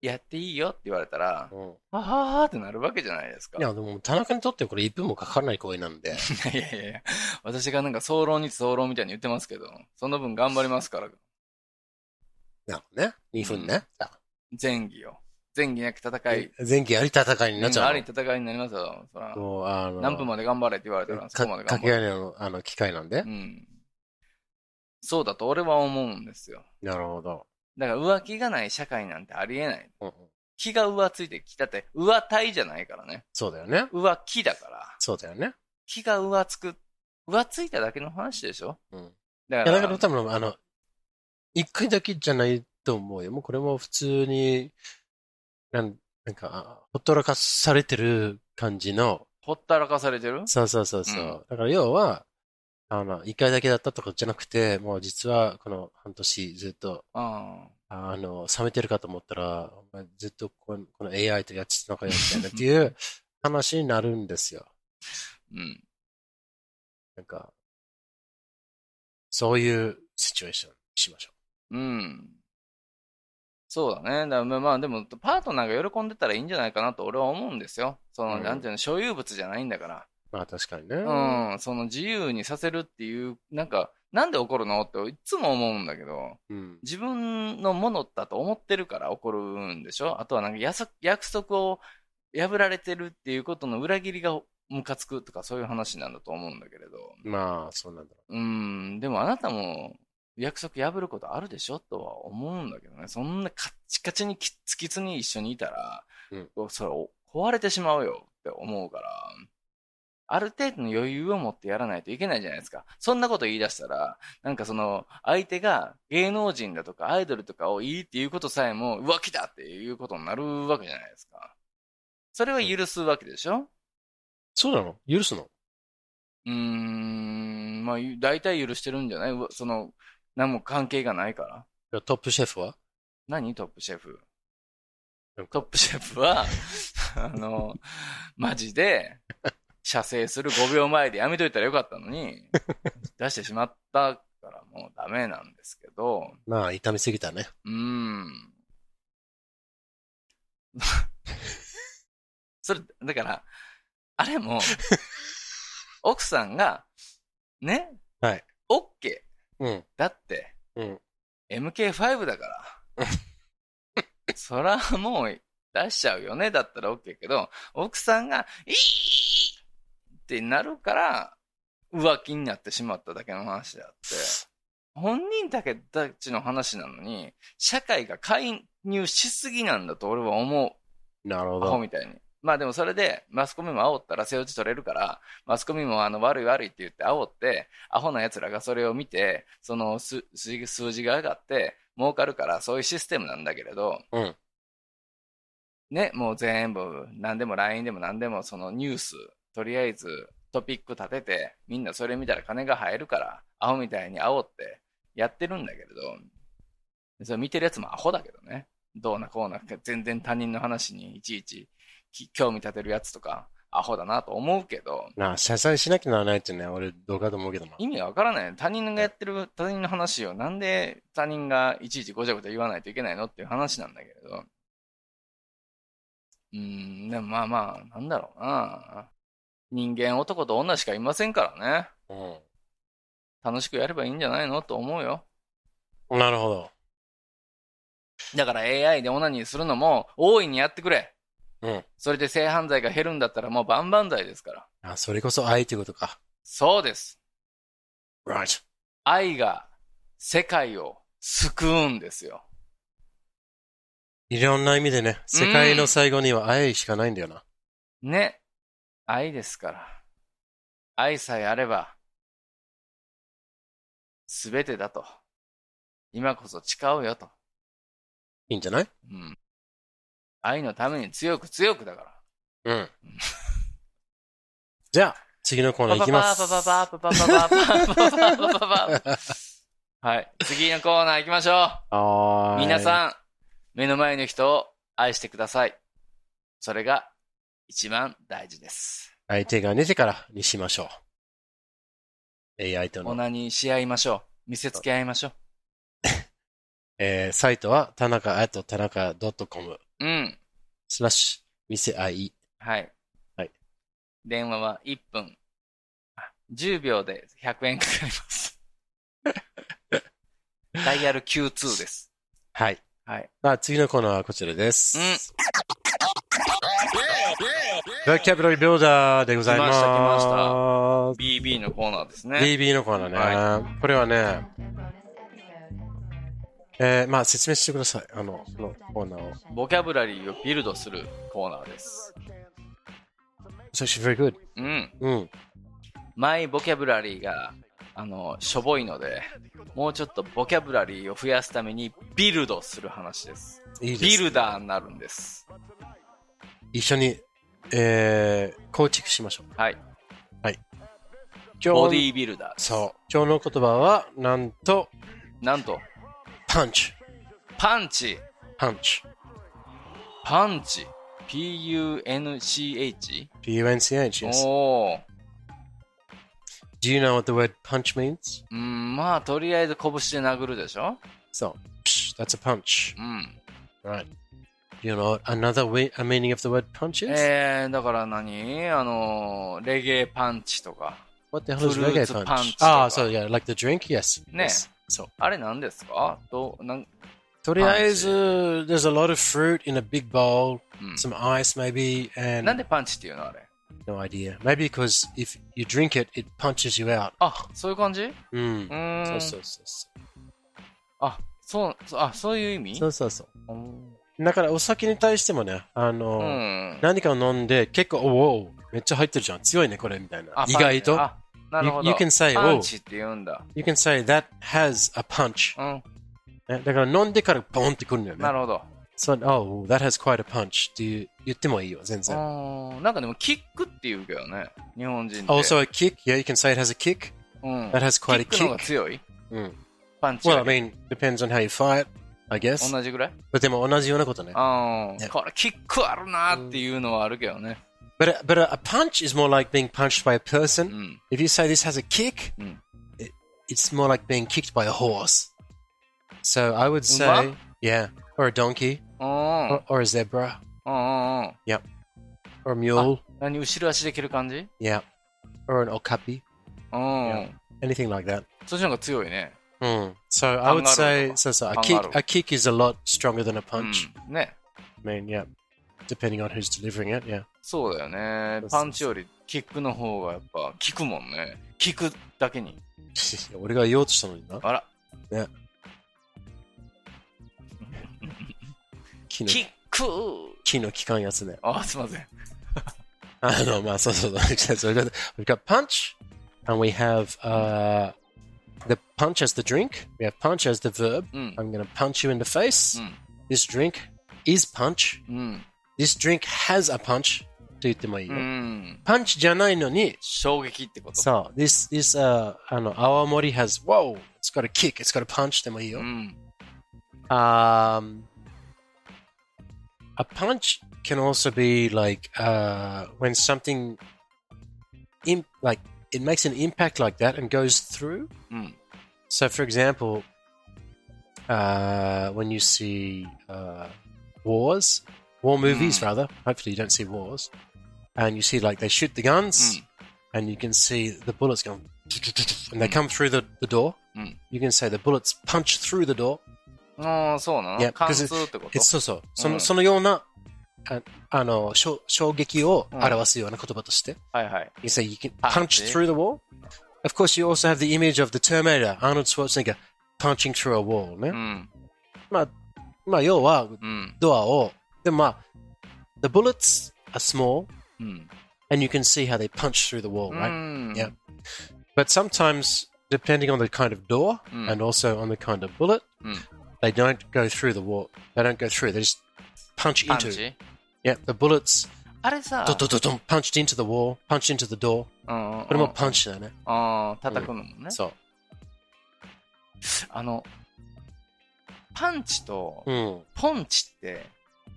S1: やっていいよって言われたら
S2: う、ん。
S1: はははってなるわけじゃないですか。
S2: いや、でも、田中にとってはこれ1分もかからない行為な
S1: <laughs>
S2: んで。
S1: いやいやいや、私がなんか早漏に早漏みたいに言ってますけど、その分頑張りますから、
S2: なるほどね。2分ね。
S1: 前儀を。前儀なき戦い。
S2: 前期あり戦いになっちゃ
S1: あ
S2: う
S1: り
S2: の。
S1: 戦いになりますよ。そら
S2: もう、あの、
S1: 何分まで頑張れって言われたら、そこま
S2: か
S1: で
S2: か
S1: 頑
S2: け
S1: 張
S2: が
S1: る。
S2: えの、あの、機会なんで
S1: う。ん。そうだと俺は思うんですよ。
S2: なるほど。
S1: だから浮気がない社会なんてありえない。
S2: うんうん
S1: 気が浮ついてきたって、浮体じゃないからね。
S2: そうだよね。
S1: 浮気だから。
S2: そうだよね。
S1: 気が浮つく。浮ついただけの話でしょ
S2: うん。
S1: だ
S2: い
S1: か
S2: や、
S1: ら。
S2: だから多分、あの、一回だけじゃないと思うよ。もうこれも普通に、なん、なんか、あほったらかされてる感じの、
S1: ほったらかされてる
S2: そうそうそうそう。
S1: うん
S2: だから要は、あの、一回だけだったとかじゃなくて、もう実はこの半年ずっと、
S1: ああ。
S2: あの、冷めてるかと思ったら、お前ずっとこのこの AI とやっちゃったのかよ、みたいなっていう
S1: <laughs>
S2: 話になるんですよ。
S1: うん。
S2: なんか、そういうシチュエーションにしましょ
S1: うん。そうだね。だまあまあ、でも、パートナーが喜んでたらいいんじゃないかなと俺は思うんですよ。その、
S2: うん
S1: なんていうの、所有物じゃないんだから。
S2: う。まあ確かにね。
S1: うん、その自由にさせるっていう、なんか、なんで怒るのっていつも思うんだけど、
S2: うん。
S1: 自分のものだと思ってるから怒るんでしょあとはなんか約束約束を破られてるっていうことの裏切りがムカつくとかそういう話なんだと思うんだけれど、
S2: まあ、そうなんだろ
S1: うん、でもあなたも約束破ることあるでしょとは思うんだけどね、そんなカッチカチにキッツキツに一緒にいたら、
S2: うん
S1: こうそれを壊れてしまうよって思うから、ある程度の余裕を持ってやらないといけないじゃないですか。そんなこと言い出したら、なんかその相手が芸能人だとかアイドルとかをいいっていうことさえも浮気だっていうことになるわけじゃないですか。それは許すわけでしょ、
S2: そうなの許すの
S1: うーん、まあ、ゆ大体許してるんじゃないうわその、何も関係がないから。
S2: いやトップシェフは
S1: 何トップシェフ
S2: なん。か
S1: トップシェフは、あの、マジで、射精する5秒前でやめといたらよかったのに、出してしまったからもうダメなんですけど、
S2: まあ、痛みすぎたね。
S1: うーん。それ、だから、あれ
S2: <laughs>
S1: も、奥さんが、ね、
S2: はい。
S1: オッケー。
S2: うん。
S1: だって、
S2: うん。
S1: MK5 だから。
S2: <laughs>
S1: そらもう出しちゃうよね。だったら OK けど、奥さんが、いいってなるから、浮気になってしまっただけの話であって、本人だけたちの話なのに、社会が介入しすぎなんだと俺は思う。
S2: なるほ
S1: アホ
S2: ど。
S1: みたいに。まあでもそれで、マスコミも煽ったら背落ち取れるから、マスコミもあの悪い悪いって言って煽って、アホな奴らがそれを見て、その数数数字が上がって、儲かるからそういうシステムなんだけれど、
S2: うん
S1: ね、もう全部、何でも LINE でも何でもそのニュース、とりあえずトピック立てて、みんなそれ見たら金が入るから、アホみたいに煽ってやってるんだけれど、それ見てるやつもアホだけどね。どうなこうな、全然他人の話にいちいちき興味立てるやつとか、アホだなと思うけど、
S2: なあ、謝罪しなきゃならないってね、俺、どうかと思うけどな。
S1: 意味がわからない。他人がやってる他人の話をなんで他人がいちいちごちゃごちゃ言わないといけないのっていう話なんだけれど。うーん、でもまあまあ、なんだろうな。人間男と女しかいませんからね。
S2: う
S1: 楽しくやればいいんじゃないのと思うよ。
S2: ん。なるほど。
S1: だから AI でオナニーするのも大いにやってくれ。
S2: うん。
S1: それで性犯罪が減るんだったらもう万々歳ですから。
S2: あ、それこそ愛ってことか。
S1: そうです。
S2: Right.
S1: 愛が世界を救うんですよ。
S2: いろんな意味でね、世界の最後には愛しかないんだよな。
S1: ね。愛ですから。愛さえあれば、すべてだと。今こそ誓うよと。
S2: いいんじゃない
S1: うん。愛のために強く強くだから。
S2: うん。じゃあ、次のコーナーいきます。
S1: はい。次のコーナー行きましょ
S2: は
S1: う。
S2: ーい
S1: 皆さん、目の前の人を愛してください。それが一番大事です。
S2: 相手が寝てからにしましょう。AI と
S1: オ
S2: の。
S1: ナニーし合いましょう。見せつけ合いましょ
S2: えーサイトは、田中と田中 .com
S1: う。うん。
S2: スラッシュ、見せ合い。
S1: はい。
S2: はい。
S1: 電話は1分。あ10秒で100円かかり <laughs> ます。ダイヤル Q2 です。
S2: はい。
S1: はい。
S2: まあ、次のコーナーはこちらです。
S1: うん
S2: Vocabulary Builder でござい
S1: 来
S2: ます。
S1: ました来ました BB のコーナーですね。
S2: BB のコーナーね。
S1: は
S2: これはね、えーまあ説明してください。あの、このコーナーを。
S1: ボキャブラリーをビルドするコーナーです。
S2: It's actually very good.
S1: うん。
S2: うん。
S1: マイボキャブラリーが、あの、しょぼいので、もうちょっとボキャブラリーを増やすためにビルドする話です。
S2: いいで
S1: ビ
S2: す。
S1: ルダーになるんです。
S2: 一緒に、えー、構築しましょう。
S1: はい。
S2: 今
S1: ボデ
S2: 日
S1: ィ
S2: の
S1: ービルダーです。
S2: そう。今日の言葉は、なんと、
S1: なんと、
S2: パンチ。
S1: パンチ。
S2: パンチ。
S1: パンチ。p-u-n-c-h?
S2: p u n c h
S1: お
S2: yes.
S1: おー。
S2: Do you know what the word punch means?
S1: うん、まあ、とりあえず拳で殴るでしょ
S2: So, psh, that's a punch.
S1: うん。
S2: Right. Do you know what another way, a meaning of the word punch is?
S1: えー、だから何あのー、レゲエパンチとか。
S2: what the hell is
S1: fruits
S2: reggae
S1: punch
S2: punch? ah,
S1: or-
S2: so yeah, like the drink? Yes.
S1: Ne.
S2: Yes. So,
S1: あれ何ですかどう、なん、
S2: to the eyes, uh, there's a lot of fruit in a big bowl,
S1: うん。
S2: some ice maybe,
S1: なん
S2: and
S1: でパンチっていうのあれ。
S2: no idea. Maybe because if you drink it, it punches you out.
S1: あ、そういう感じう
S2: Mm.
S1: ーん。
S2: So, so, so, so.
S1: あ、そう、そうあ、そういう意味
S2: そうそうそう。
S1: うん。
S2: だからお酒に対してもね、あ
S1: う
S2: の、
S1: ん
S2: 何かを飲んで結構、おお、めっちゃ入ってるじゃん。強いね、これ、みたいな
S1: あ。
S2: 意外と。
S1: パンチねあなるほど。
S2: You- you can say,
S1: パンチって言うんだ。
S2: You can say that has a punch.
S1: うん。
S2: ねだから飲んでからボンってくるのよね。
S1: なるほど。
S2: そう、oh, that has quite a punch っていう言ってもいいよ、全然。
S1: あーなんかでも、キックって言うけどね。日本人って。
S2: Also a kick? Yeah, you can say it has a kick.
S1: うん。
S2: That has quite a
S1: キックの方が
S2: kick.
S1: 強い
S2: うん
S1: パンチよ
S2: Well, I
S1: り。
S2: mean, depends on how you fight, I guess.
S1: 同じぐらい
S2: But でも同じようなことね。
S1: ああ、
S2: ね
S1: これキックあるなーっていうのはあるけどね。
S2: But, a- but a, a punch is more like being punched by a
S1: う
S2: person.
S1: ん。
S2: If you say this has a kick,
S1: Mm.
S2: it, it's more like being kicked by a horse. So I would say,
S1: What?
S2: yeah, or a donkey,
S1: うん。うん
S2: or, or a zebra,
S1: うんうん。
S2: or a mule,
S1: 何、後ろ足で蹴る感じ
S2: yeah, or an okapi,
S1: うん。
S2: anything like that.
S1: そっちの方が強いね。
S2: Mm. So I would
S1: Kangaroo
S2: say,
S1: とか。
S2: so, so a kick,
S1: Kangaroo。
S2: a kick is a lot stronger than a punch.
S1: うん。ね。
S2: I mean, yeah, depending on who's delivering it, yeah. <laughs>
S1: そうだよね
S2: そう。そうそう
S1: パンチよりキックの方がやっぱ効くもんね。効くだけに。
S2: 俺が言おうとしたのにな。
S1: あら、
S2: 木の
S1: キック
S2: 木の機関やつ <laughs> ね。
S1: あ、すいません。
S2: あの、まあ、そうそうそう。 <laughs> それが We've got punch, and we have uh, the punch as the drink. We have punch as the verb.
S1: うん。
S2: I'm going to punch you in the face.
S1: うん。
S2: This drink is punch.
S1: うん。
S2: This drink has a punch. と言ってもいいうよ。
S1: Hmm. ん。
S2: パンチじゃないのに、
S1: 衝撃ってこと。
S2: そう、this, this, uh, あの、泡盛 has, wow, it's got a kick, it's got a punch でもいいよ。
S1: うん。
S2: Um, a punch can also be like uh, when something imp- like it makes an impact like that and goes through.
S1: うん。
S2: So, for example, uh, when you see uh, wars, war movies,
S1: Mm.
S2: rather, hopefully you don't see wars, and you see like they shoot the guns,
S1: Mm.
S2: and you can see the bullets going, and they come through the, the door.
S1: Mm.
S2: You can say the bullets punch through the door.
S1: ああ、そうなの
S2: Yeah,
S1: 貫
S2: because
S1: 通
S2: it-
S1: ってこ
S2: え
S1: と
S2: そうそう。その,、
S1: うん
S2: そのような、ああの、しょ衝撃を表すような言葉として。
S1: はいはい。
S2: You say you can
S1: あ
S2: punch
S1: え
S2: through the wall. Of course, you also have the image of the Terminator, Arnold Schwarzenegger, punching through a wall ね。
S1: うん。
S2: まあ、まあ、要は、
S1: うん。
S2: ドアを、でもまあ、the bullets are small,
S1: うん。
S2: and you can see how they punch through the wall,
S1: う
S2: right?
S1: ん。
S2: Yeah. But sometimes, depending on the kind of door,
S1: Mm.
S2: and also on the kind of bullet,
S1: Mm.
S2: they don't go through the wall. They don't go through, they just punch
S1: パン
S2: into.
S1: チ
S2: Yeah, the bullets
S1: あれさ、
S2: ドドドドン punched into the wall, punched into the door.
S1: うんうん
S2: これもパンチだね。
S1: ああ、叩くのもね。
S2: そ
S1: あの、パンチと
S2: う。うん。
S1: ポンチって、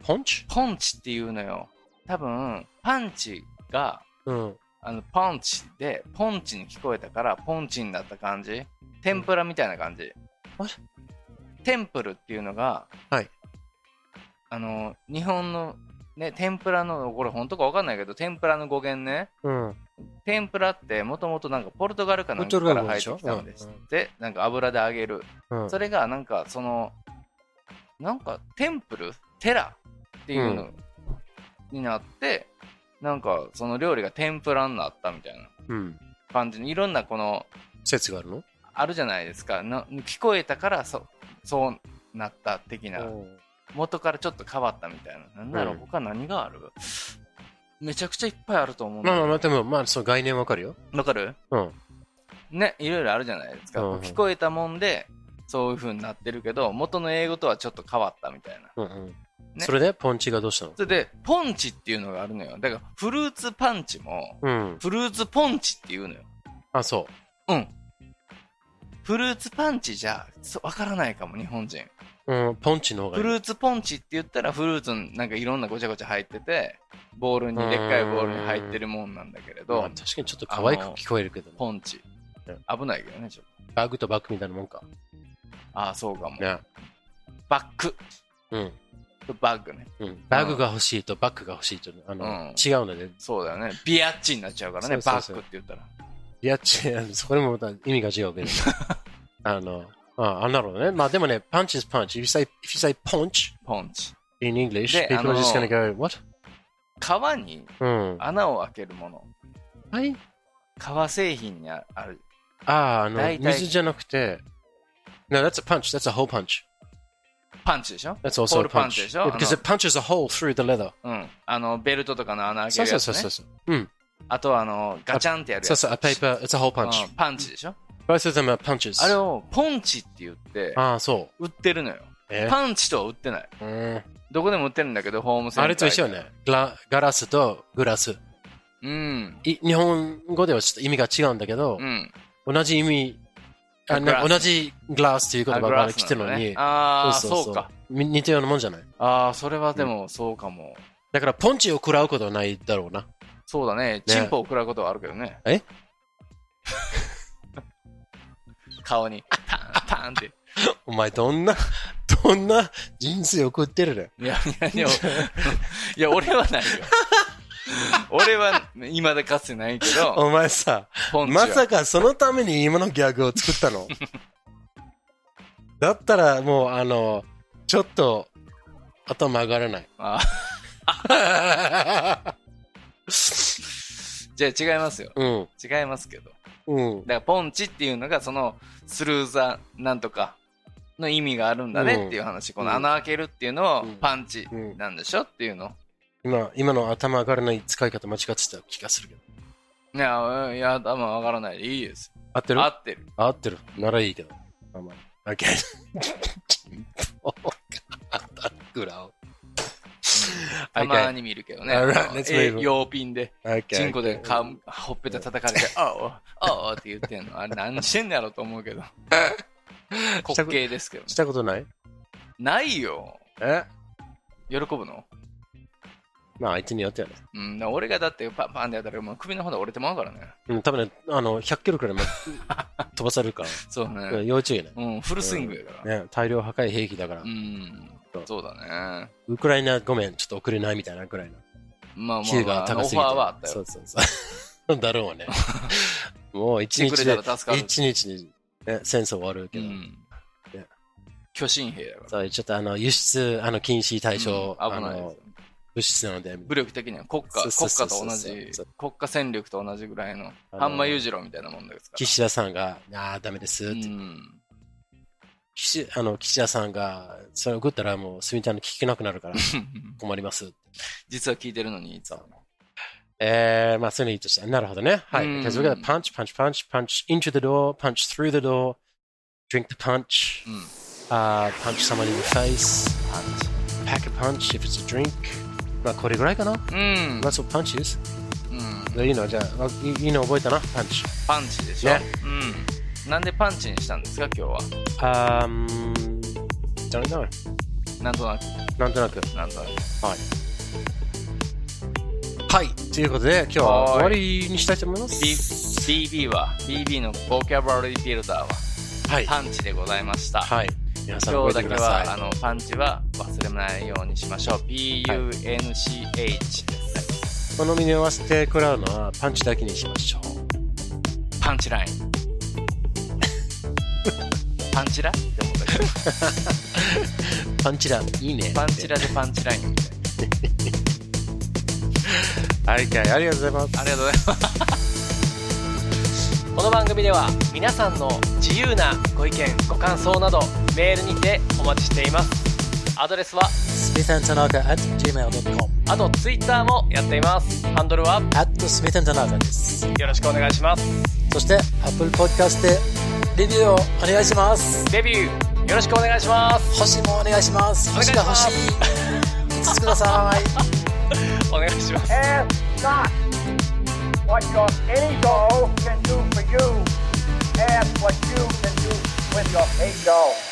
S2: パンチ
S1: ポンチっていうのよ。多分、パンチが、
S2: うん。
S1: あの、パンチで、ポンチに聞こえたから、ポンチになった感じ。天ぷらみたいな感じ。
S2: あ
S1: テンプルっていうのが、
S2: はい
S1: あの、日本の、ね、天ぷらの、これ本当かわかんないけど、天ぷらの語源ね。
S2: うん。
S1: 天ぷらってもともとなんかポルトガルかなんかから入ってきたんです
S2: ポルトガル語でしょ
S1: って、なんか油で揚げる。
S2: うん。
S1: それがなんかそのなんかテンプルテラっていうのになって、なんかその料理が天ぷらになったみたいな
S2: うん。
S1: 感じにいろんなこの
S2: 説があるの
S1: あるじゃないですかな聞こえたからそそうなった的な元からちょっと変わったみたいななんだろう、
S2: うん
S1: 他何があるめちゃくちゃいっぱいあると思うんだ
S2: まあ
S1: け
S2: ま
S1: ど
S2: あまあ、でも、まあ、その概念わかるよ。
S1: わかる
S2: うん。
S1: ねいろいろあるじゃないですか、
S2: うんうん
S1: 聞こえたもんでそういう風になってるけど元の英語とはちょっと変わったみたいな
S2: うんうん。それで、ポンチがどうしたの
S1: それで、ポンチっていうのがあるのよ。だから、フルーツパンチも、
S2: うん。
S1: フルーツポンチっていうのよ。
S2: あ、そ
S1: うん。フルーツパンチじゃ、そわからないかも、日本人。
S2: う。うん。ポンチの方が
S1: フ
S2: いい。
S1: ルーツポンチって言ったら、フルーツのなんかいろんなごちゃごちゃ入ってて、ボールに、でっかいボールに入ってるもんなんだけれ
S2: ま
S1: ど
S2: あ、確かにちょっと可愛く聞こえるけどね。
S1: ポンチ。危ないけどね、ちょっと。
S2: バグとバックみたいなもんか。
S1: ああ、そうかも。
S2: ね。
S1: バック
S2: うん。
S1: とバッグね。
S2: うん。バグが欲しいとバックが欲しいと、あの、
S1: うん
S2: 違うので、
S1: そうだよね。ビアッチになっちゃうからね、
S2: そうそうそう
S1: バックって言ったら。
S2: いや、違う、それもまた意味が違うけど。
S1: <laughs>
S2: あの、あ、あなるほどね。まあでもね、punch is punch. If you say, if you say punch
S1: ポンチ。
S2: in English,
S1: で
S2: people
S1: あの
S2: are just gonna go, what?
S1: 革に
S2: うん。
S1: 穴を開けるもの。
S2: はい
S1: 革製品にあある。
S2: ああ、あの、
S1: 大体
S2: 水じゃなくて、No, that's a punch. That's a hole punch.
S1: パンチでしょ
S2: That's also
S1: ホー
S2: a
S1: ルパンチ
S2: punch.
S1: でしょ
S2: Yeah, because it punches a hole through the leather.
S1: うん。あの、ベルトとかの穴開け
S2: そう
S1: る
S2: そ
S1: や
S2: う
S1: つ、
S2: そ
S1: ね。
S2: うそう。うん。
S1: あとはあの、ガチャンってやる
S2: そ
S1: や
S2: う
S1: つ。
S2: そう、a paper, it's a hole
S1: う
S2: punch.
S1: んパンチでしょ
S2: Both of them are punches.
S1: あれをポンチって言って、
S2: ああ、そ
S1: 売ってるのよ。
S2: う。え
S1: パンチとは売ってない。
S2: うん
S1: どこでも売ってるんだけど、ホームセンター。
S2: あれと一緒よ。ね。ガガラスとグラス。
S1: うん。
S2: い日本語ではちょっと意味が違うんだけど、
S1: うん。
S2: 同じ意味、あ
S1: グラ
S2: な
S1: ス
S2: 同じグラスという言葉
S1: グラ
S2: が
S1: ス
S2: 来てるのに、
S1: なんだねああ、そうか。
S2: み似たようなもんじゃない。
S1: ああ、それはでもそうかも。
S2: だから、ポンチを食らうことはないだろうな。
S1: そうだね。チンポを食らうことはあるけどね。
S2: え
S1: <laughs> 顔に、パン、パンって。
S2: お前、どんな、 <laughs> どんな人生送ってるね。
S1: いや、いや、
S2: <laughs>
S1: いや、いや俺はないよ。俺は、今でかつてないけど、
S2: お前さ、
S1: ポンチは
S2: まさかそのために今のギャグを作ったのだったら、もう、あの、ちょっと、頭上が
S1: <laughs>
S2: らない。
S1: あじゃあ違いますよ。
S2: うん、
S1: 違いますけど。だか
S2: うん。
S1: らポンチっていうのがそのスルーザーなんとかの意味があるんだねっていう話。この穴開けるっていうのを
S2: うん
S1: パンチ
S2: うん
S1: なんでしょっていうの。
S2: 今、今の頭上がらない使い方間違ってた気がするけど。
S1: いや、うんいや、多分わからないでいいです。
S2: 合ってる
S1: 合ってる。
S2: 合ってる。ならいいけど。まあまあ。OK。グラを。
S1: たまに見るけどね。
S2: Alright,
S1: あの
S2: let's
S1: え
S2: move.
S1: 用ピンで、
S2: OK。
S1: チンコで顔ほっぺた叩
S2: <laughs>
S1: かれて、あおあおって言ってんの。あれ何してんのやろと思う
S2: <laughs>
S1: けど。滑稽ですけどね。
S2: したことない
S1: ないよ。
S2: え
S1: 喜ぶの
S2: まあ相手によってはね。
S1: うん、だから俺がだってパンパンでやったら、もう首の骨折れてまうからね。
S2: うん、多分ね、あの、100キロくらいまで <laughs> 飛ばされるか
S1: そう
S2: ら。
S1: ね。
S2: 要注意ね。
S1: うん、フルスイングやから。
S2: ね、大量破壊兵器だから
S1: う、ん
S2: そう、
S1: そうだね。
S2: ウクライナごめん、ちょっと送れないみたいなくらいの。
S1: まあまあ
S2: 級
S1: ま
S2: が
S1: あ、
S2: 高
S1: オ
S2: す
S1: フ
S2: ぎ
S1: ァー
S2: て。
S1: はあった
S2: そ
S1: よ。
S2: うそうそう。 <laughs> だろうね。もう一
S1: <laughs> 来て
S2: 日
S1: くれ
S2: で
S1: たら、助かる。
S2: 一日に、ね、戦争終わる
S1: う
S2: けど。
S1: ん
S2: ね。
S1: 巨神兵だから。
S2: そう、ちょっとあの、輸出、あの、禁止対象、
S1: うん
S2: あ
S1: 危ないです
S2: の
S1: よ、
S2: 物質なので、
S1: 武力的には国家、
S2: そ
S1: 国
S2: うそうそ
S1: 家
S2: うそう
S1: と同じ
S2: そう、
S1: 国家戦力と同じぐらいの、
S2: の
S1: 半間裕次郎みたいなもんですから。
S2: 岸田さんが、ああ、ダメですって、
S1: うん。
S2: 岸あの岸田さんが、それ送ったらもう、すみちゃんの聞けなくなる
S1: <laughs>
S2: から、困りますって。
S1: 実は聞いてるのに、いつも。
S2: えー、まあ、それにいいとして、なるほどね。はい。
S1: うん
S2: Because we're gonna punch, punch, punch, punch into the door, punch through the door, drink the punch,
S1: うん。
S2: uh, punch someone in the face,
S1: パンチ
S2: pack a punch if it's a drink. まあ、これぐらいかな。
S1: うん。
S2: That's what punch is.
S1: うん。
S2: いいの、じゃあ、いいいいの覚えたな、パンチ。
S1: パンチでしょ。
S2: ね
S1: うん。なんでパンチにしたんですか、今日は。
S2: あーん、don't know.
S1: なんとなく、
S2: なんとなく。
S1: なんとなく。
S2: はい。ということで、今日は終わりにしたいと思います。
S1: B- BB は BB のボキャブラリービルダーは
S2: はい。
S1: パンチでございました、
S2: はい。皆さん
S1: 今
S2: 覚
S1: 日だ
S2: えて
S1: け
S2: ください。
S1: はあのパンチは忘れないようにしましょう PUNCH です、
S2: 好みに合わせて食らうのはパンチだけにしましょう。
S1: パンチ
S2: <laughs>
S1: ラインパンチラって思ったけど
S2: パンチラ、いいね。
S1: パンチラでパンチラインみたいな
S2: はい。はい、ありがとうございます。
S1: ありがとうございます
S5: この番組では皆さんの自由なご意見ご感想などメールにてお待ちしていますアドレスは
S6: smithandtanaka at gmail.com
S5: あとツイッターもやっていますハンドルは
S6: at smithandtanaka です
S5: よろしくお願いします
S6: そして Apple Podcast でレビューをお願いします
S5: デビューよろしくお願いします
S6: 星もお願いします
S5: 願い
S6: 星
S5: しま
S6: が
S5: す
S6: 欲しい5つください
S5: お願いします
S7: Ask not what your ego can do for you. Ask what you can do with your ego.